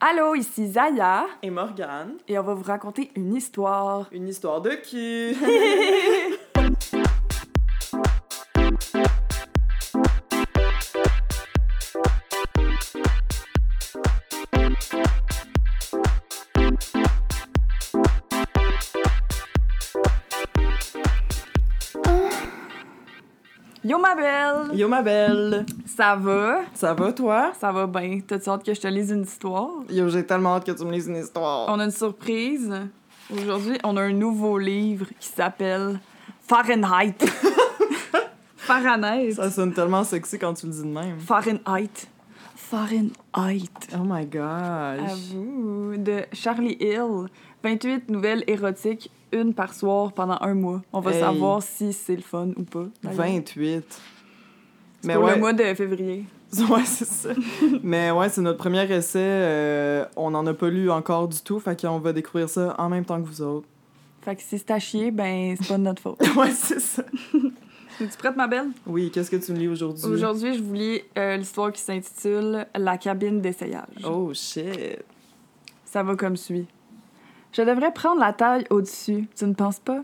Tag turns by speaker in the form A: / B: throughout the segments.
A: Allô, ici Zaya
B: et Morgane.
A: et on va vous raconter une histoire.
B: Une histoire de qui
A: Yo ma belle!
B: Yo ma belle,
A: Ça va?
B: ça va toi
A: Ça va bien. T'as-tu hâte que je te lise une histoire?
B: Yo, j'ai tellement hâte que tu me lises une histoire.
A: On a une surprise. Aujourd'hui, on a un nouveau livre qui s'appelle Fahrenheit. Fahrenheit.
B: Ça sonne tellement sexy quand tu le dis de même.
A: Fahrenheit. Fahrenheit.
B: Oh my gosh.
A: À vous. De Charlie Hill. 28 nouvelles érotiques, une par soir pendant un mois. On va
B: Hey.
A: savoir si c'est le fun ou pas. d'ailleurs.
B: 28.
A: C'est
B: Mais
A: pour
B: ouais,
A: le mois de février.
B: ouais c'est ça. Mais ouais, c'est notre premier essai. euh, on n'en a pas lu encore du tout, fait qu'on va découvrir ça en même temps que vous autres.
A: Fait que si c'est à chier, ben c'est pas de notre faute.
B: ouais, c'est ça.
A: Es-tu prête, ma belle?
B: Oui, qu'est-ce que tu me lis aujourd'hui?
A: Aujourd'hui, je vous lis euh, l'histoire qui s'intitule La cabine d'essayage.
B: Oh shit.
A: Ça va comme suit. Je devrais prendre la taille au-dessus, tu ne penses pas?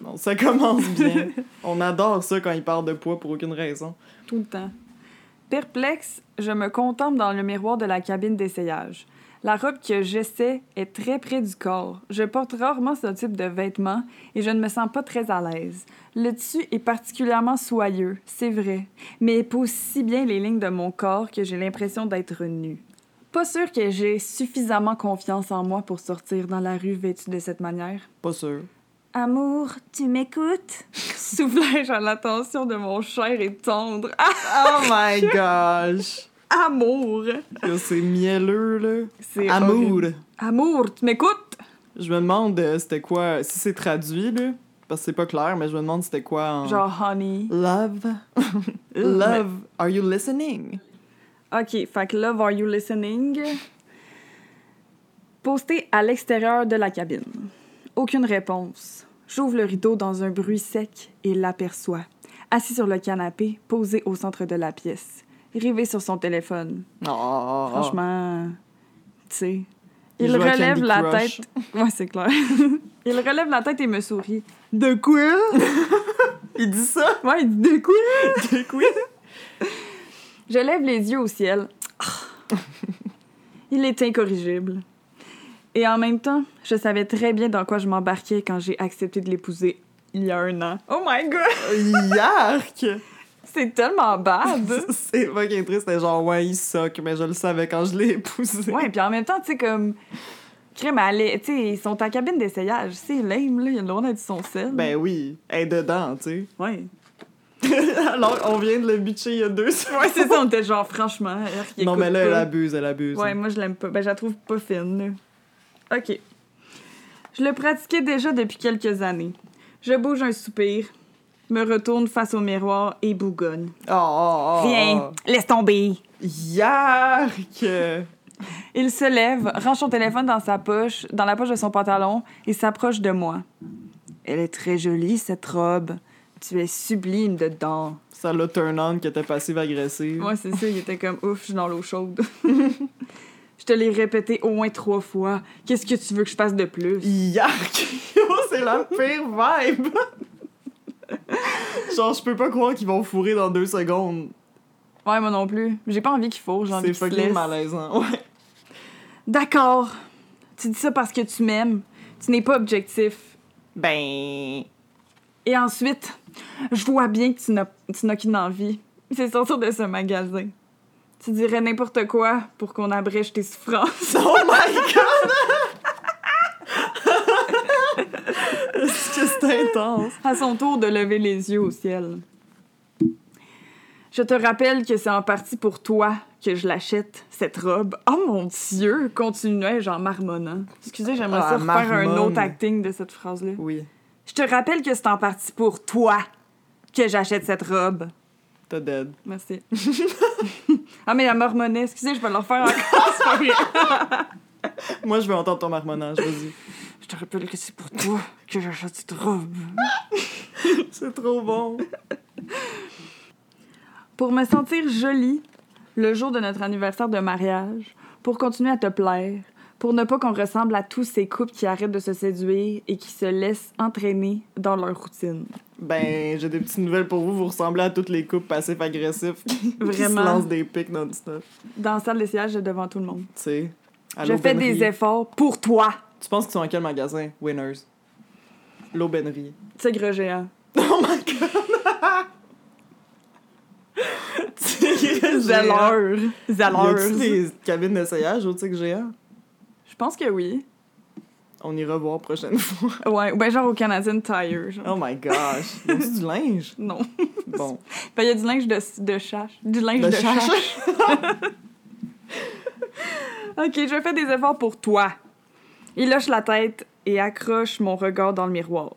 B: Bon, ça commence bien. on adore ça quand il parle de poids pour aucune raison.
A: Tout le temps. Perplexe, je me contemple dans le miroir de la cabine d'essayage. La robe que j'essaie est très près du corps. Je porte rarement ce type de vêtements et je ne me sens pas très à l'aise. Le dessus est particulièrement soyeux, c'est vrai, mais épouse si bien les lignes de mon corps que j'ai l'impression d'être nue. Pas sûr que j'ai suffisamment confiance en moi pour sortir dans la rue vêtue de cette manière.
B: Pas sûr.
A: Amour, tu m'écoutes? Soufflais-je à l'attention de mon cher et tendre. Ah,
B: Oh my gosh!
A: amour!
B: Yo, C'est mielleux, là.
A: C'est
B: Amour.
A: horrible. Amour, tu m'écoutes?
B: Je me demande euh, c'était quoi. Si c'est traduit, là. Parce que c'est pas clair, mais je me demande c'était quoi en.
A: Genre, honey.
B: Love. Love. Are you listening?
A: OK, fait que love, are you listening? Posté à l'extérieur de la cabine. Aucune réponse. J'ouvre le rideau dans un bruit sec et l'aperçois. Assis sur le canapé, posé au centre de la pièce. Rivé sur son téléphone.
B: Oh.
A: Franchement, tu sais.
B: Il
A: Il,
B: joue à
A: relève
B: Candy
A: la
B: Crush.
A: tête. Ouais, c'est clair. il relève la tête et me sourit.
B: De quoi? Il dit ça?
A: Ouais, il dit de quoi?
B: De quoi?
A: Je lève les yeux au ciel. Ah. il est incorrigible. Et en même temps, je savais très bien dans quoi je m'embarquais quand j'ai accepté de l'épouser il y a un an. Oh my god!
B: Yark!
A: C'est tellement bad!
B: c'est fucking triste. C'était genre, ouais, il soque, mais je le savais quand je l'ai épousé.
A: ouais, puis en même temps, tu sais, comme. Crème, elle est- tu sais, ils sont à cabine d'essayage. C'est lame, là. Il a le droit d'être sur son sel.
B: Ben oui, elle est dedans, tu
A: ouais.
B: sais. Alors, on vient de le bitcher il y a deux semaines.
A: Ouais, c'est ça, on était genre, franchement, elle qui
B: Non,
A: écoute
B: mais là, elle
A: pas.
B: abuse, elle abuse.
A: Ouais, moi, je l'aime pas. Ben, je la trouve pas fine, là. OK. Je le pratiquais déjà depuis quelques années. Je bouge un soupir, me retourne face au miroir et bougonne.
B: Oh, oh, oh,
A: Viens, laisse tomber.
B: oh. Yark!
A: Il se lève, range son téléphone dans sa poche, dans la poche de son pantalon, et s'approche de moi. Elle est très jolie, cette robe. Tu es sublime dedans.
B: Ça l'a turn on qui était passive-agressive.
A: Moi, c'est ça, il était comme ouf, je suis dans l'eau chaude. je te l'ai répété au moins trois fois. Qu'est-ce que tu veux que je fasse de plus?
B: Yark! Yo, c'est la pire vibe! Genre, je peux pas croire qu'ils vont fourrer dans deux secondes.
A: Ouais, moi non plus. J'ai pas envie qu'il faut, j'ai envie
B: C'est
A: qu'il se
B: fucking
A: laisse.
B: malaisant. Ouais.
A: D'accord. Tu dis ça parce que tu m'aimes. Tu n'es pas objectif.
B: Ben.
A: Et ensuite, je vois bien que tu n'as tu n'as qu'une envie. C'est sortir de ce magasin. Tu dirais n'importe quoi pour qu'on abrège tes souffrances.
B: Oh my god! Est-ce que c'est intense?
A: à son tour de lever les yeux au ciel. Je te rappelle que c'est en partie pour toi que je l'achète, cette robe. Oh mon Dieu! Continuais-je en marmonnant. Excusez, j'aimerais
B: Ah,
A: ça refaire
B: marmonne.
A: un autre acting de cette phrase-là.
B: Oui,
A: Je te rappelle que c'est en partie pour toi que j'achète cette robe.
B: t'es dead.
A: Merci. ah, mais la mormonnée, excusez, je vais le refaire encore, Ah, c'est pas vrai.
B: Moi, je veux entendre ton marmonnage, vas-y.
A: Je te rappelle que c'est pour toi que j'achète cette robe.
B: C'est trop bon.
A: Pour me sentir jolie, le jour de notre anniversaire de mariage, pour continuer à te plaire, pour ne pas qu'on ressemble à tous ces couples qui arrêtent de se séduire et qui se laissent entraîner dans leur routine.
B: Ben, j'ai des petites nouvelles pour vous. Vous ressemblez à toutes les couples passifs-agressifs qui se
A: Vraiment.
B: lancent des pics non-stop.
A: Dans la salle d'essayage, devant tout le monde.
B: Tu sais. à
A: Je fais
B: l'aubainerie.
A: des efforts pour toi,
B: Tu penses qu'ils sont en quel magasin? Winners. L'aubainerie.
A: tigre géant.
B: Oh my god!
A: Zaleur. Zaleur.
B: Y a-tu des cabines d'essayage au Tigre Géant?
A: Je pense que oui.
B: On ira voir prochaine fois.
A: Ouais, ben genre au Canadian Tire. genre.
B: Oh my gosh! Y a-tu du linge?
A: Non.
B: Bon.
A: Ben, il y a du linge de, de chasse. Du linge
B: De
A: de,
B: chasse.
A: chasse. ok, je fais des efforts pour toi. Il lâche la tête et accroche mon regard dans le miroir.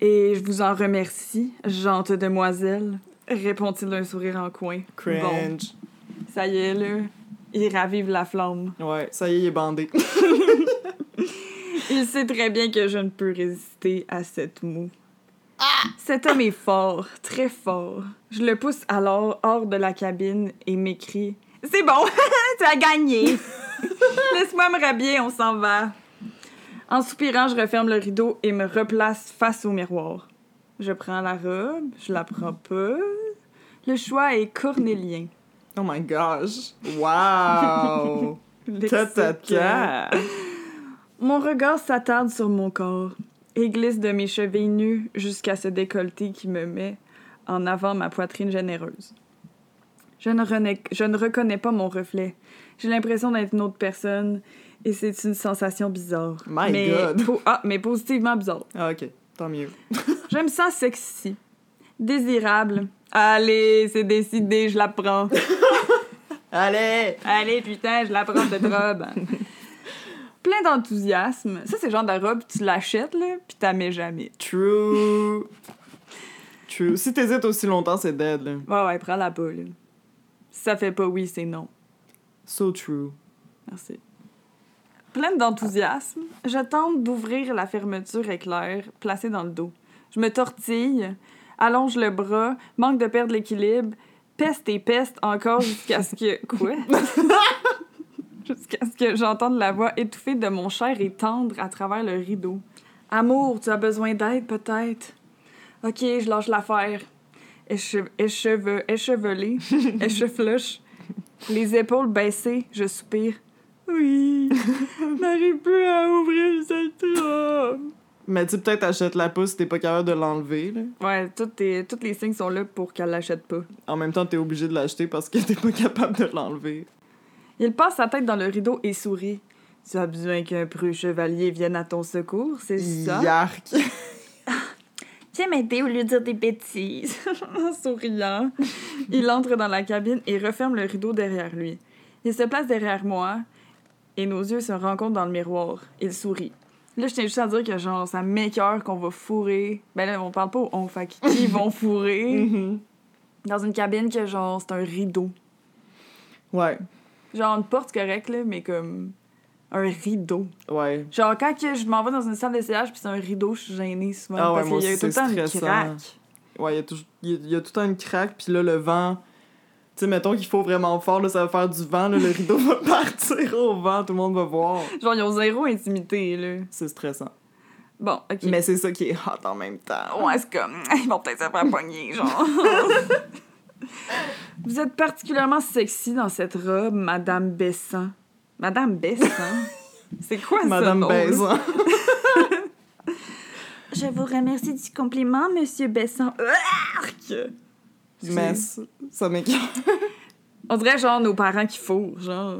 A: Et je vous en remercie, gentille demoiselle, répond-il d'un sourire en coin. Bon,
B: Cringe.
A: ça y est, là. Il ravive la flamme.
B: Ouais, ça y est, il est bandé.
A: Il sait très bien que je ne peux résister à cette moue. Cet homme est fort, très fort. Je le pousse alors hors de la cabine et m'écrie C'est bon, tu as gagné. Laisse-moi me rhabiller, on s'en va. En soupirant, je referme le rideau et me replace face au miroir. Je prends la robe, je la prends pas. Le choix est cornélien.
B: Oh my gosh! Wow! ta ta ta!
A: Mon regard s'attarde sur mon corps et glisse de mes chevilles nues jusqu'à ce décolleté qui me met en avant ma poitrine généreuse. Je ne, renais- je ne reconnais pas mon reflet. J'ai l'impression d'être une autre personne et c'est une sensation bizarre.
B: My
A: mais
B: God.
A: po- ah, mais positivement bizarre.
B: Ah, ok, tant mieux.
A: Je me sens sexy, désirable. Allez, c'est décidé, je la prends.
B: Allez!
A: Allez, putain, je la prends cette robe. Plein d'enthousiasme. Ça, c'est le genre de robe, tu l'achètes, là, puis t'as mets jamais.
B: True! True. Si t'hésites aussi longtemps, c'est dead, là.
A: Ouais, ouais, prends la pas, là. Si ça fait pas oui, c'est non.
B: So true.
A: Merci. Pleine d'enthousiasme, je tente d'ouvrir la fermeture éclair placée dans le dos. Je me tortille, allonge le bras, manque de perdre l'équilibre, peste et peste encore jusqu'à ce que. Quoi? jusqu'à ce que j'entende la voix étouffée de mon cher et tendre à travers le rideau. Amour, tu as besoin d'aide peut-être? Ok, je lâche l'affaire. Éche- écheveux, échevelé, échefluche, les épaules baissées, je soupire. Oui, je n'arrive plus à ouvrir cette robe.
B: Mais tu peut-être achètes la pousse si t'es pas capable de l'enlever, là.
A: Ouais, toutes tes- tous les signes sont là pour qu'elle l'achète pas.
B: En même temps, t'es obligé de l'acheter parce que t'es pas capable de l'enlever.
A: Il passe sa tête dans le rideau et sourit. Tu as besoin qu'un preux chevalier vienne à ton secours, c'est ça?
B: Yark!
A: Viens m'aider au lieu de dire des bêtises. en souriant, il entre dans la cabine et referme le rideau derrière lui. Il se place derrière moi et nos yeux se rencontrent dans le miroir. Il sourit. Là, je tiens juste à dire que, genre, ça m'écœure qu'on va fourrer. Ben là, on parle pas au on, fait qu'ils vont fourrer
B: Mhm.
A: dans une cabine que, genre, c'est un rideau.
B: Ouais,
A: Genre, une porte correcte, là, mais comme un rideau.
B: ouais.
A: Genre, quand que je m'en vais dans une salle d'essayage puis c'est un rideau, je suis gênée souvent.
B: Ah ouais,
A: parce
B: moi
A: qu'il y a
B: aussi,
A: tout le
B: c'est
A: temps une
B: stressant.
A: craque.
B: Ouais, il y, a toujours- il y a- il y a tout le temps une craque, puis là, le vent. Tu sais, mettons qu'il faut vraiment fort, là, ça va faire du vent, là, le rideau va partir au vent, tout le monde va voir.
A: Genre, ils ont zéro intimité, là.
B: C'est stressant.
A: Bon, ok.
B: Mais c'est ça qui est hot en même temps.
A: Ouais, c'est comme. Ils vont peut-être se faire pogner, genre. Vous êtes particulièrement sexy dans cette robe, Madame Bessan. Madame Bessan? c'est quoi
B: Madame
A: ça? nom?
B: Baisan.
A: Je vous remercie du compliment, Monsieur Bessan. Arc!
B: Mais ça ça m'écoeure.
A: On dirait genre nos parents qui fourrent, genre.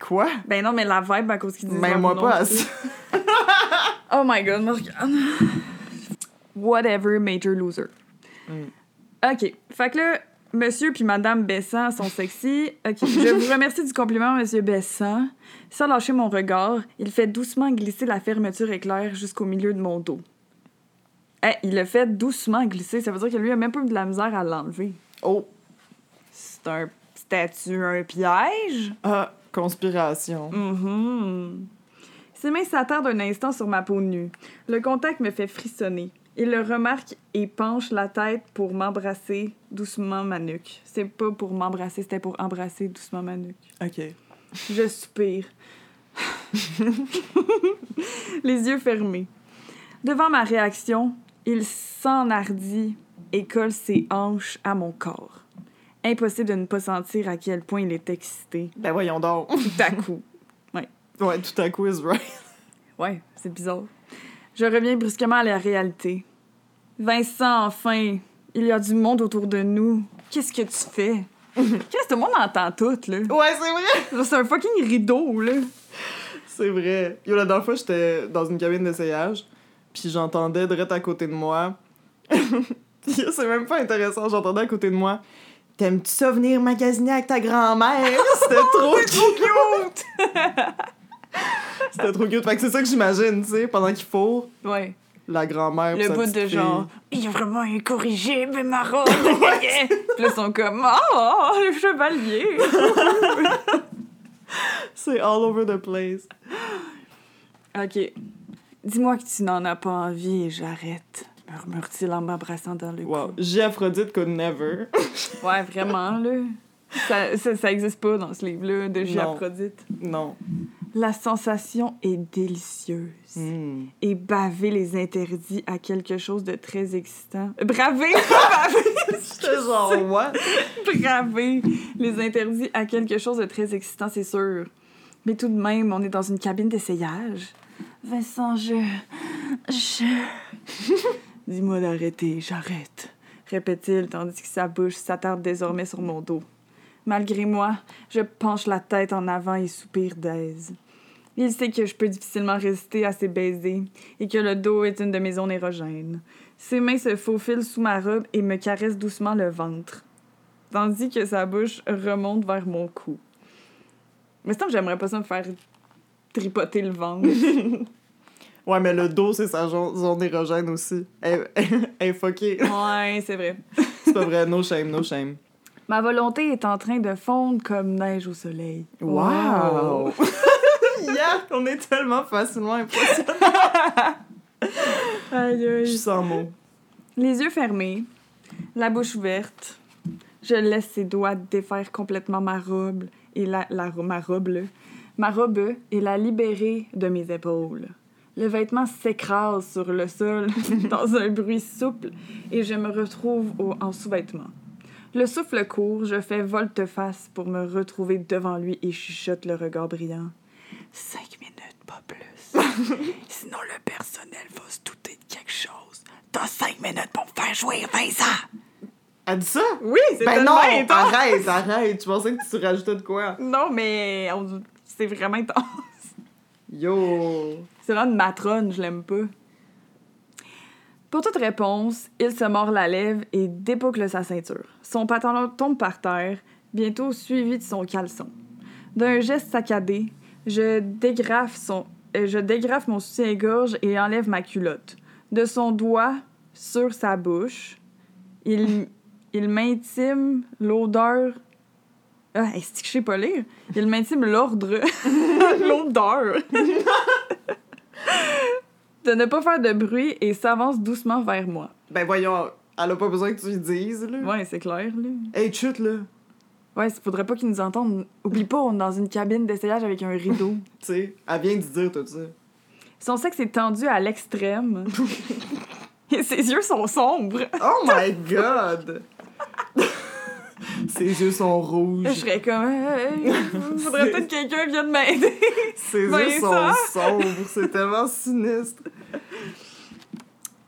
B: Quoi?
A: Ben non, mais la vibe à cause qu'ils disent.
B: Mais
A: leur
B: moi
A: nom.
B: pas à ça.
A: Oh my god, Morgane. Whatever, major loser.
B: Mm.
A: OK. Fait que là, monsieur puis madame Bessan sont sexy. OK. Je vous remercie du compliment, monsieur Bessan. Sans lâcher mon regard, il fait doucement glisser la fermeture éclair jusqu'au milieu de mon dos. Eh, il le fait doucement glisser. Ça veut dire que lui a même pas eu de la misère à l'enlever.
B: Oh,
A: C'est un statut, un piège?
B: ah, conspiration.
A: Mm-hmm. Mhm. Ses mains s'attardent un instant sur ma peau nue. Le contact me fait frissonner. Il le remarque et penche la tête pour m'embrasser doucement ma nuque. C'est pas pour m'embrasser, c'était pour embrasser doucement ma nuque.
B: OK.
A: Je soupire. Les yeux fermés. Devant ma réaction, il s'enhardit et colle ses hanches à mon corps. Impossible de ne pas sentir à quel point il est excité
B: Ben voyons donc.
A: tout à coup.
B: Ouais, tout à coup, is right.
A: Ouais, c'est bizarre. Je reviens brusquement à la réalité. Vincent, enfin, il y a du monde autour de nous. Qu'est-ce que tu fais? Qu'est-ce que le monde entend tout, là?
B: Ouais, c'est vrai!
A: Oh, C'est un fucking rideau, là.
B: C'est vrai. Yo, la dernière fois, j'étais dans une cabine d'essayage, puis j'entendais direct à côté de moi. Yo, c'est même pas intéressant, j'entendais à côté de moi. T'aimes-tu ça venir magasiner avec ta grand-mère? C'était trop cute! C'était trop cute. Fait que c'est ça que j'imagine, tu sais, pendant qu'il faut,
A: Ouais.
B: la grand-mère. pis
A: Le
B: sa
A: bout
B: petite
A: de
B: fille.
A: genre, il est vraiment incorrigible, marron. Puis là, ils sont comme, oh, le chevalier.
B: C'est all over the place.
A: OK. Dis-moi que tu n'en as pas envie et j'arrête, murmure-t-il en m'embrassant dans le
B: Wow. J'ai Aphrodite could never.
A: cou. Ouais, vraiment, là. Ça, ça, ça existe pas dans ce livre-là de J.
B: Non.
A: Aphrodite.
B: Non.
A: La sensation est délicieuse.
B: Hmm.
A: Et baver les interdits à quelque chose de très excitant. Braver! pas baver!
B: J'étais genre, what?
A: braver les interdits à quelque chose de très excitant, c'est sûr. Mais tout de même, on est dans une cabine d'essayage. Vincent, je. Je. Dis-moi d'arrêter, j'arrête, répète-t-il tandis que sa bouche s'attarde désormais sur mon dos. Malgré moi, je penche la tête en avant et soupire d'aise. Il sait que je peux difficilement résister à ses baisers et que le dos est une de mes zones érogènes. Ses mains se faufilent sous ma robe et me caressent doucement le ventre tandis que sa bouche remonte vers mon cou. Mais c'est j'aimerais pas ça me faire tripoter le ventre.
B: Ouais, mais le dos, c'est sa jo- zone érogène aussi. Elle, elle, elle est fuckée.
A: ouais, c'est vrai.
B: C'est pas vrai. No shame, no shame.
A: Ma volonté est en train de fondre comme neige au soleil.
B: Wow! yeah! On est tellement facilement impressionnés.
A: Aïe,
B: Je
A: aïe.
B: suis sans mots.
A: Les yeux fermés, la bouche ouverte, je laisse ses doigts défaire complètement ma robe et la, la ro- ma robe là. ma robe et la libérer de mes épaules. Le vêtement s'écrase sur le sol dans un bruit souple et je me retrouve au- en sous-vêtement. Le souffle court, je fais volte-face pour me retrouver devant lui et chuchote le regard brillant. Cinq minutes, pas plus. Sinon, le personnel va se douter de quelque chose. T'as cinq minutes pour me faire jouer, Vincent!
B: Elle dit ça?
A: Oui, c'est
B: Ben non!
A: tellement intense.
B: Arrête, arrête! Tu pensais que tu rajoutais de quoi?
A: Non, mais on- c'est vraiment intense.
B: Yo!
A: C'est vraiment une matrone, je l'aime pas. Pour toute réponse, il se mord la lèvre et déboucle sa ceinture. Son pantalon tombe par terre, bientôt suivi de son caleçon. D'un geste saccadé, je dégrafe, son, euh, je dégrafe mon soutien-gorge et enlève ma culotte. De son doigt sur sa bouche, il, il m'intime l'odeur. Ah, est-ce que je sais pas lire? Il m'intime l'ordre. l'odeur de ne pas faire de bruit et s'avance doucement vers moi.
B: Ben voyons, elle a pas besoin que tu lui dises, là.
A: Ouais, c'est clair, là.
B: Hey, chute, là!
A: Ouais, il faudrait pas qu'ils nous entendent. Oublie pas, on est dans une cabine d'essayage avec un rideau.
B: Tu sais, elle vient de dire tout ça.
A: Son sexe est tendu à l'extrême. et ses yeux sont sombres.
B: Oh my god! Ses yeux sont
A: Je
B: rouges.
A: serais comme... Hey, faudrait peut-être que quelqu'un vienne m'aider.
B: Ses yeux
A: Ben
B: sont
A: ça.
B: sombres. C'est tellement sinistre.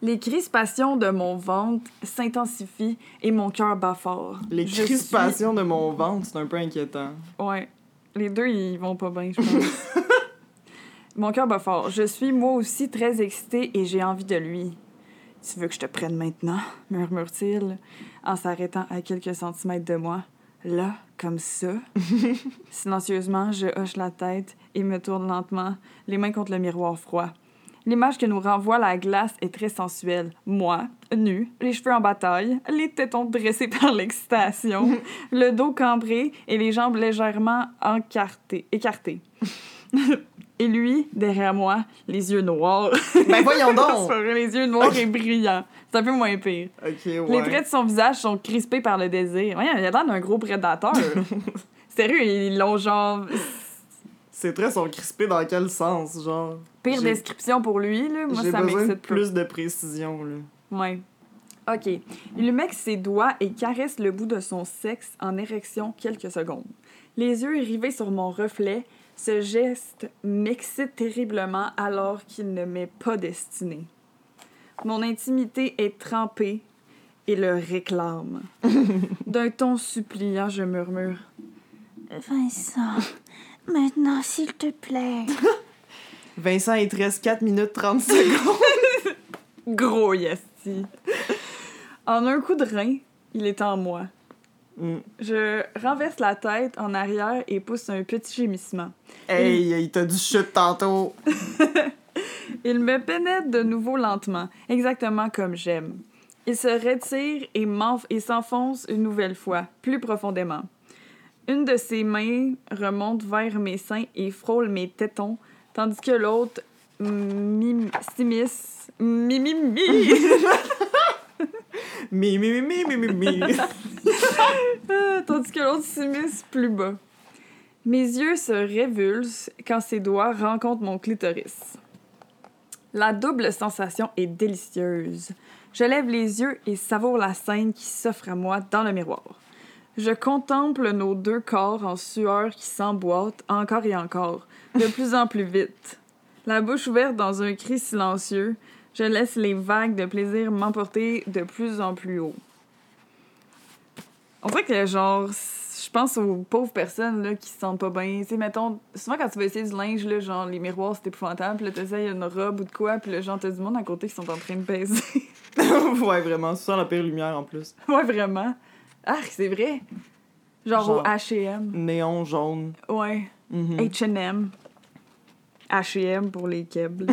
A: Les crispations de mon ventre s'intensifient et mon cœur bat fort.
B: Les
A: Je suis-
B: crispations de mon ventre, c'est un peu inquiétant.
A: Ouais. Les deux, ils vont pas bien, je pense. Mon cœur bat fort. Je suis moi aussi très excitée et j'ai envie de lui. Tu veux que je te prenne maintenant? murmure-t-il en s'arrêtant à quelques centimètres de moi. Là, comme ça. Silencieusement, je hoche la tête et me tourne lentement, les mains contre le miroir froid. L'image que nous renvoie la glace est très sensuelle. Moi, nue, les cheveux en bataille, les tétons dressés par l'excitation, le dos cambré et les jambes légèrement encartées, écartées. Et lui, derrière moi, les yeux noirs.
B: Ben voyons donc!
A: Sur les yeux noirs et brillants. C'est un peu moins pire.
B: Ok,
A: Les
B: ouais.
A: traits de son visage sont crispés par le désir. Voyons, il a l'air d'un gros prédateur. Sérieux, ils l'ont genre...
B: Ces traits sont crispés dans quel sens, genre?
A: Pire
B: J'ai-
A: description pour lui, là. Moi,
B: J'ai
A: ça
B: besoin de
A: m'excite peu.
B: plus de précision, là.
A: Ouais. OK. Il lui met ses doigts et caresse le bout de son sexe en érection quelques secondes. Les yeux rivés sur mon reflet, ce geste m'excite terriblement alors qu'il ne m'est pas destiné. Mon intimité est trempée et le réclame. D'un ton suppliant, je murmure
C: Vincent, maintenant s'il te plaît.
B: Vincent, il te reste 4 minutes 30 secondes.
A: Gros yesti. en un coup de rein, il est en moi.
B: Mm.
A: Je renverse la tête en arrière et pousse un petit gémissement.
B: hey, il t'a du chute tantôt.
A: Il me pénètre de nouveau lentement, exactement comme j'aime. Il se retire et m'enf- et s'enfonce une nouvelle fois, plus profondément. Une de ses mains remonte vers mes seins et frôle mes tétons, tandis que l'autre mim- s'immisce. Mimimi!
B: Mi, mi, mi, mi, mi, mi, mi.
A: Ah, tandis que l'autre s'immisce plus bas. Mes yeux se révulsent quand ses doigts rencontrent mon clitoris. La double sensation est délicieuse. Je lève les yeux et savoure la scène qui s'offre à moi dans le miroir. Je contemple nos deux corps en sueur qui s'emboîtent encore et encore, de plus en plus vite. La bouche ouverte dans un cri silencieux, je laisse les vagues de plaisir m'emporter de plus en plus haut. On dirait que, genre, c- je pense aux pauvres personnes là, qui se sentent pas bien. Tu sais, mettons, souvent quand tu vas essayer du linge, là, genre, les miroirs, c'est épouvantable. Puis là, t'essayes une robe ou de quoi. Puis là, genre, t'as du monde à côté qui sont en train de baiser.
B: ouais, vraiment, sans la pire lumière en plus.
A: ouais, vraiment. Ah, c'est vrai. Genre,
B: Genre.
A: au HM.
B: Néon jaune.
A: Ouais.
B: Mhm.
A: H&M. H&M pour les câbles.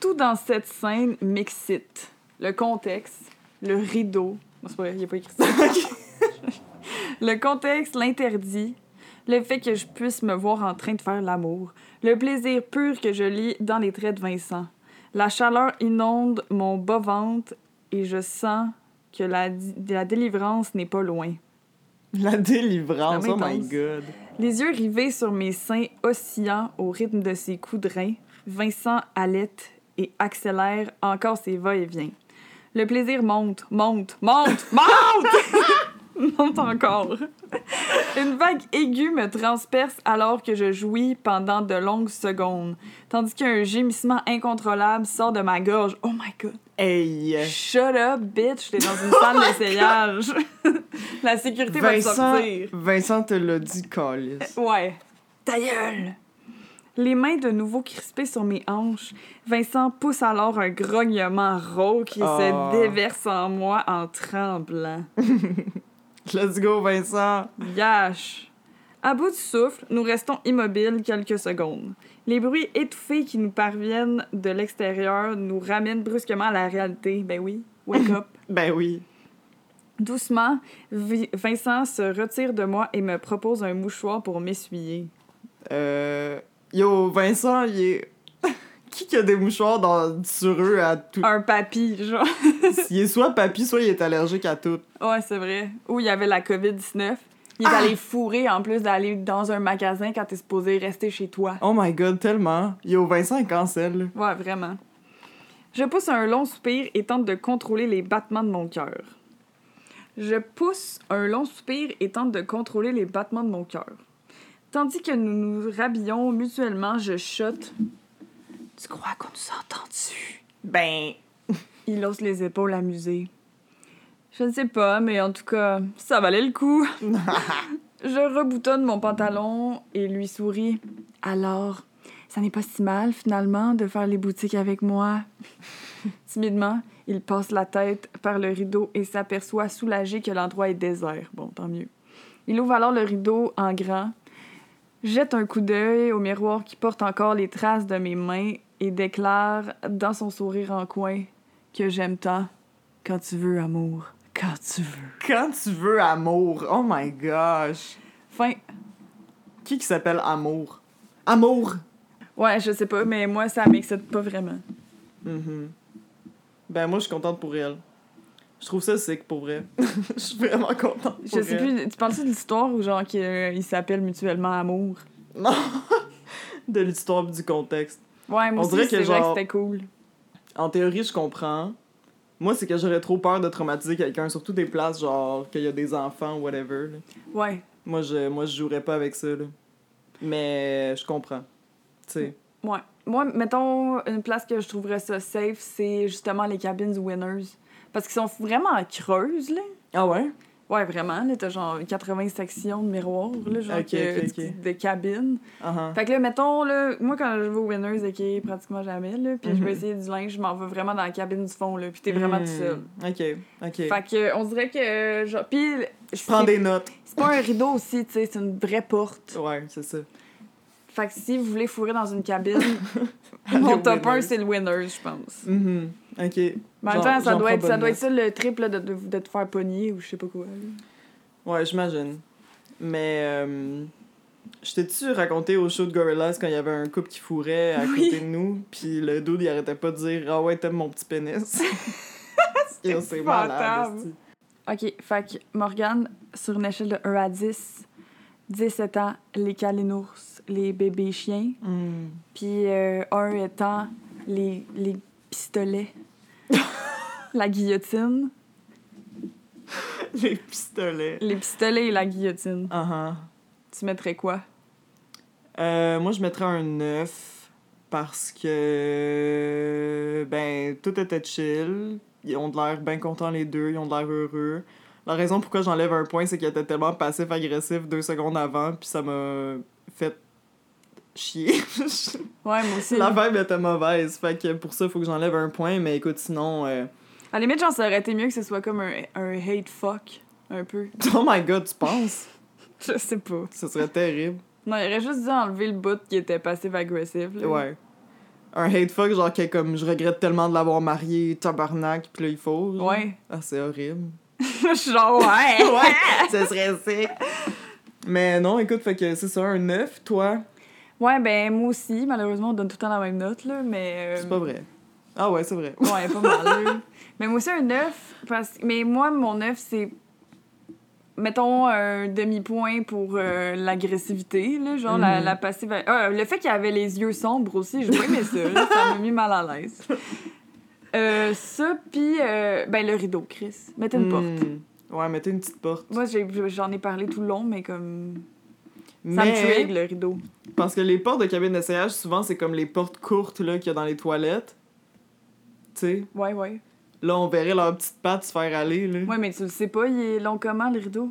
A: Tout dans cette scène m'excite. Le contexte, le rideau. Non, c'est pas vrai, il a pas écrit ça. le contexte, l'interdit. Le fait que je puisse me voir en train de faire l'amour. Le plaisir pur que je lis dans les traits de Vincent. La chaleur inonde mon bas-ventre et je sens que la, di- la délivrance n'est pas loin.
B: La délivrance,
A: Ah,
B: oh
A: mais
B: my
A: danse.
B: god.
A: Les yeux rivés sur mes seins oscillants au rythme de ses coups de rein, Vincent halète et accélère encore ses va-et-vient. Le plaisir monte, monte, monte, monte! monte encore. Une vague aiguë me transperce alors que je jouis pendant de longues secondes, tandis qu'un gémissement incontrôlable sort de ma gorge. Oh my god!
B: Hey.
A: Shut up, bitch! J'étais dans une salle d'essayage! La sécurité va te
B: Vincent,
A: sortir!
B: Vincent te l'a dit, Calis.
A: Ouais. Ta gueule! Les mains de nouveau crispées sur mes hanches, Vincent pousse alors un grognement rauque qui
B: Ah.
A: se déverse en moi en tremblant.
B: Let's go, Vincent.
A: Yash! À bout de souffle, nous restons immobiles quelques secondes. Les bruits étouffés qui nous parviennent de l'extérieur nous ramènent brusquement à la réalité. Ben oui, wake up!
B: Ben oui.
A: Doucement, Vi- Vincent se retire de moi et me propose un mouchoir pour m'essuyer.
B: Euh, Yo, Vincent, il est. Qui qui a des mouchoirs dans... sur eux à tout.
A: Un papy, genre.
B: Il est soit papy, soit il est allergique à tout.
A: Ouais, c'est vrai. Où il y avait la COVID-19. Il est
B: Ah!
A: allé fourrer en plus d'aller dans un magasin quand t'es supposé rester chez toi.
B: Oh my god, tellement. Yo, Vincent est cancel.
A: Ouais, vraiment. Je pousse un long soupir et tente de contrôler les battements de mon cœur. Je pousse un long soupir et tente de contrôler les battements de mon cœur. Tandis que nous nous rhabillons mutuellement, je chote. Tu crois qu'on nous a entendus?
B: Ben.
A: Il hausse les épaules amusées. Je ne sais pas, mais en tout cas, ça valait le coup. je reboutonne mon pantalon et lui souris. Alors, ça n'est pas si mal finalement de faire les boutiques avec moi. Timidement, il passe la tête par le rideau et s'aperçoit soulagé que l'endroit est désert. Bon, tant mieux. Il ouvre alors le rideau en grand, jette un coup d'œil au miroir qui porte encore les traces de mes mains et déclare dans son sourire en coin que j'aime tant. Quand tu veux, amour. Quand tu veux.
B: Quand tu veux amour. Oh my gosh.
A: Fin.
B: Qui qui s'appelle amour? Amour.
A: Ouais, je sais pas, mais moi, ça m'excite pas vraiment.
B: Mhm. Ben, moi, je suis contente pour elle. Je trouve ça sick, pour vrai. Je suis vraiment contente. Pour
A: Je sais
B: elle.
A: plus, tu parles-tu de l'histoire ou genre qu'ils s'appellent mutuellement amour?
B: Non. de l'histoire pis du contexte.
A: Ouais, moi
B: On dirait
A: aussi, c'est
B: que
A: vrai que
B: genre-
A: c'était cool.
B: En théorie, je comprends. Moi, c'est que j'aurais trop peur de traumatiser quelqu'un, surtout des places genre qu'il y a des enfants, whatever. là.
A: Ouais.
B: Moi, je, moi, je jouerais pas avec ça. Là. Mais je comprends. Tu sais.
A: Ouais. Moi, mettons, une place que je trouverais ça safe, c'est justement les cabines Winners. Parce qu'ils sont vraiment creuses, là.
B: Ah ouais?
A: Ouais, vraiment, là. T'as genre 80 sections de miroirs, là, genre
B: Ok,
A: que-
B: ok,
A: de-
B: ok.
A: de cabines.
B: Ah ah.
A: Fait que là, mettons, là, moi, quand je vais au Winners, ok, pratiquement jamais, là, puis je
B: Mhm.
A: vais essayer du linge, je m'en vais vraiment dans la cabine du fond, là, puis t'es vraiment tout seul.
B: Hmm. Ok, ok.
A: Fait que, on dirait que, genre, puis
B: Je prends des notes.
A: c'est pas un rideau aussi, tu sais, c'est une vraie porte.
B: Ouais, c'est ça.
A: Fait que si vous voulez fourrer dans une cabine,
B: Allez
A: mon
B: au
A: top 1,
B: Winners.
A: c'est le Winners, je pense.
B: Mhm. Ok.
A: Mais en
B: J'en-
A: même temps, ça
B: j'en
A: doit,
B: prends
A: être, ça
B: bonne
A: doit être
B: note.
A: ça le trip là, de, de, de te faire pogner ou je sais pas quoi. là.
B: Ouais, j'imagine. Mais. euh, je t'ai-tu raconté au show de Gorillaz quand il y avait un couple qui fourrait à
A: Oui.
B: côté de nous, puis le dude il arrêtait pas de dire Ah ouais, t'aimes mon petit pénis. Yo, c'est malade.
A: épouvantable.
B: esti.
A: Ok, fait que Morgane, sur une échelle de 1 à 10, 17 ans, les calinours, les bébés chiens,
B: Hmm.
A: puis euh, 1 étant les, les pistolets, la guillotine,
B: Les pistolets.
A: les pistolets et la guillotine.
B: Ah ah.
A: Tu mettrais quoi?
B: Euh, moi, je mettrais un 9 parce que, ben, tout était chill. Ils ont de l'air bien contents les deux, ils ont de l'air heureux. La raison pourquoi j'enlève un point, c'est qu'ils étaient tellement passif-agressif deux secondes avant, puis ça m'a fait chier.
A: Ouais, moi aussi.
B: La
A: là.
B: vibe était mauvaise, fait que pour ça, il faut que j'enlève un point, mais écoute, sinon... euh,
A: À la limite, genre, ça aurait été mieux que ce soit comme un, un hate fuck, un peu.
B: Oh my god, tu penses?
A: Je sais pas.
B: Ce serait terrible.
A: Non, il aurait juste dû enlever le bout qui était passif-agressif. là.
B: Ouais. Un hate fuck, genre, qui est comme, je regrette tellement de l'avoir marié, tabarnak, puis là, il faut. genre.
A: Ouais.
B: Ah, c'est horrible.
A: je suis genre, ouais.
B: ouais, ce serait sick. Mais non, écoute, fait que c'est ça, un 9, toi,
A: Ouais, ben moi aussi, malheureusement, on donne tout le temps la même note, là, mais... euh,
B: c'est pas vrai. Ah ouais, c'est vrai.
A: Ouais, pas mal. là. mais moi aussi, un 9, parce... mais moi, mon 9, c'est... Mettons un demi-point pour euh, l'agressivité, là, genre la,
B: Mhm.
A: la passive... ah, le fait qu'il avait les yeux sombres aussi, je voulais mais ça, là, ça m'a mis mal à l'aise. Euh, ça, puis euh, ben, le rideau, Chris. Mettez
B: Mm.
A: une porte.
B: porte. Hmm. Ouais, mettez une petite porte.
A: Moi, j'ai- j'en ai parlé tout le long, mais comme... Ça me
B: Mais,
A: trigue, le rideau.
B: parce que les portes de cabine d'essayage, souvent, c'est comme les portes courtes, là, qu'il y a dans les toilettes. Tu sais,
A: Ouais, ouais.
B: là, on verrait leurs petites pattes se faire aller, là.
A: Ouais, mais tu le sais pas, il est long comment, le rideau?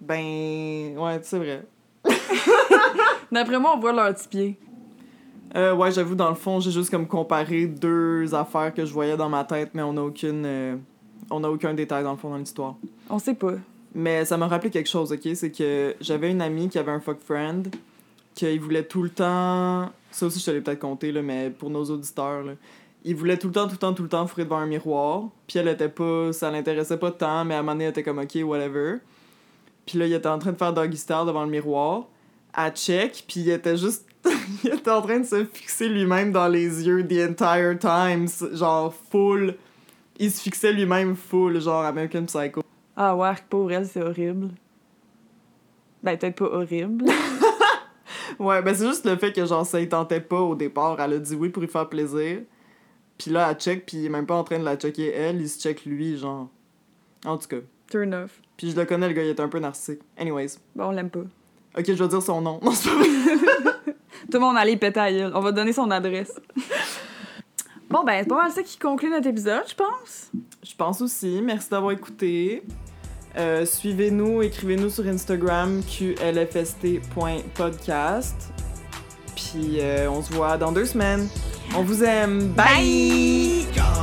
B: Ben, ouais, c'est vrai.
A: D'après moi, on voit leurs petits pieds.
B: Euh, ouais, j'avoue, dans le fond, j'ai juste comme comparé deux affaires que je voyais dans ma tête, mais on n'a aucune... euh, on n'a aucun détail, dans le fond, dans l'histoire.
A: On sait pas.
B: Mais ça m'a rappelé quelque chose, ok? C'est que j'avais une amie qui avait un fuck friend, qu'il voulait tout le temps. Ça aussi, je te l'ai peut-être compté, là, mais pour nos auditeurs, là. Il voulait tout le temps, tout le temps, tout le temps fourrer devant un miroir. Puis elle était pas. Ça l'intéressait pas tant, mais à un moment donné, elle était comme, ok, whatever. Puis là, il était en train de faire Doggy Star devant le miroir. À check, puis il était juste. il était en train de se fixer lui-même dans les yeux the entire time. Genre, full. Il se fixait lui-même full, genre American Psycho.
A: Ah ouais, pour elle, c'est horrible. Ben, peut-être pas horrible.
B: Ouais, ben c'est juste le fait que genre ça y tentait pas au départ. Elle a dit oui pour lui faire plaisir. Puis là, elle check, puis il est même pas en train de la checker elle, il se check lui, genre. En tout cas.
A: Turn off.
B: Puis je le connais, le gars, il est un peu narcissique. Anyways.
A: Bon, on l'aime pas. Tout
B: Ok, je vais dire son nom. Non, c'est pas vrai.
A: le monde allait péter à gueule. On va donner son adresse. bon, ben, c'est pas mal ça qui conclut notre épisode, je pense.
B: Je pense aussi. Merci d'avoir écouté. Euh, Suivez-nous, écrivez-nous sur Instagram, qlfst.podcast. Puis euh, on se voit dans deux semaines. On vous aime.
A: Bye!
B: Bye.
D: Yo,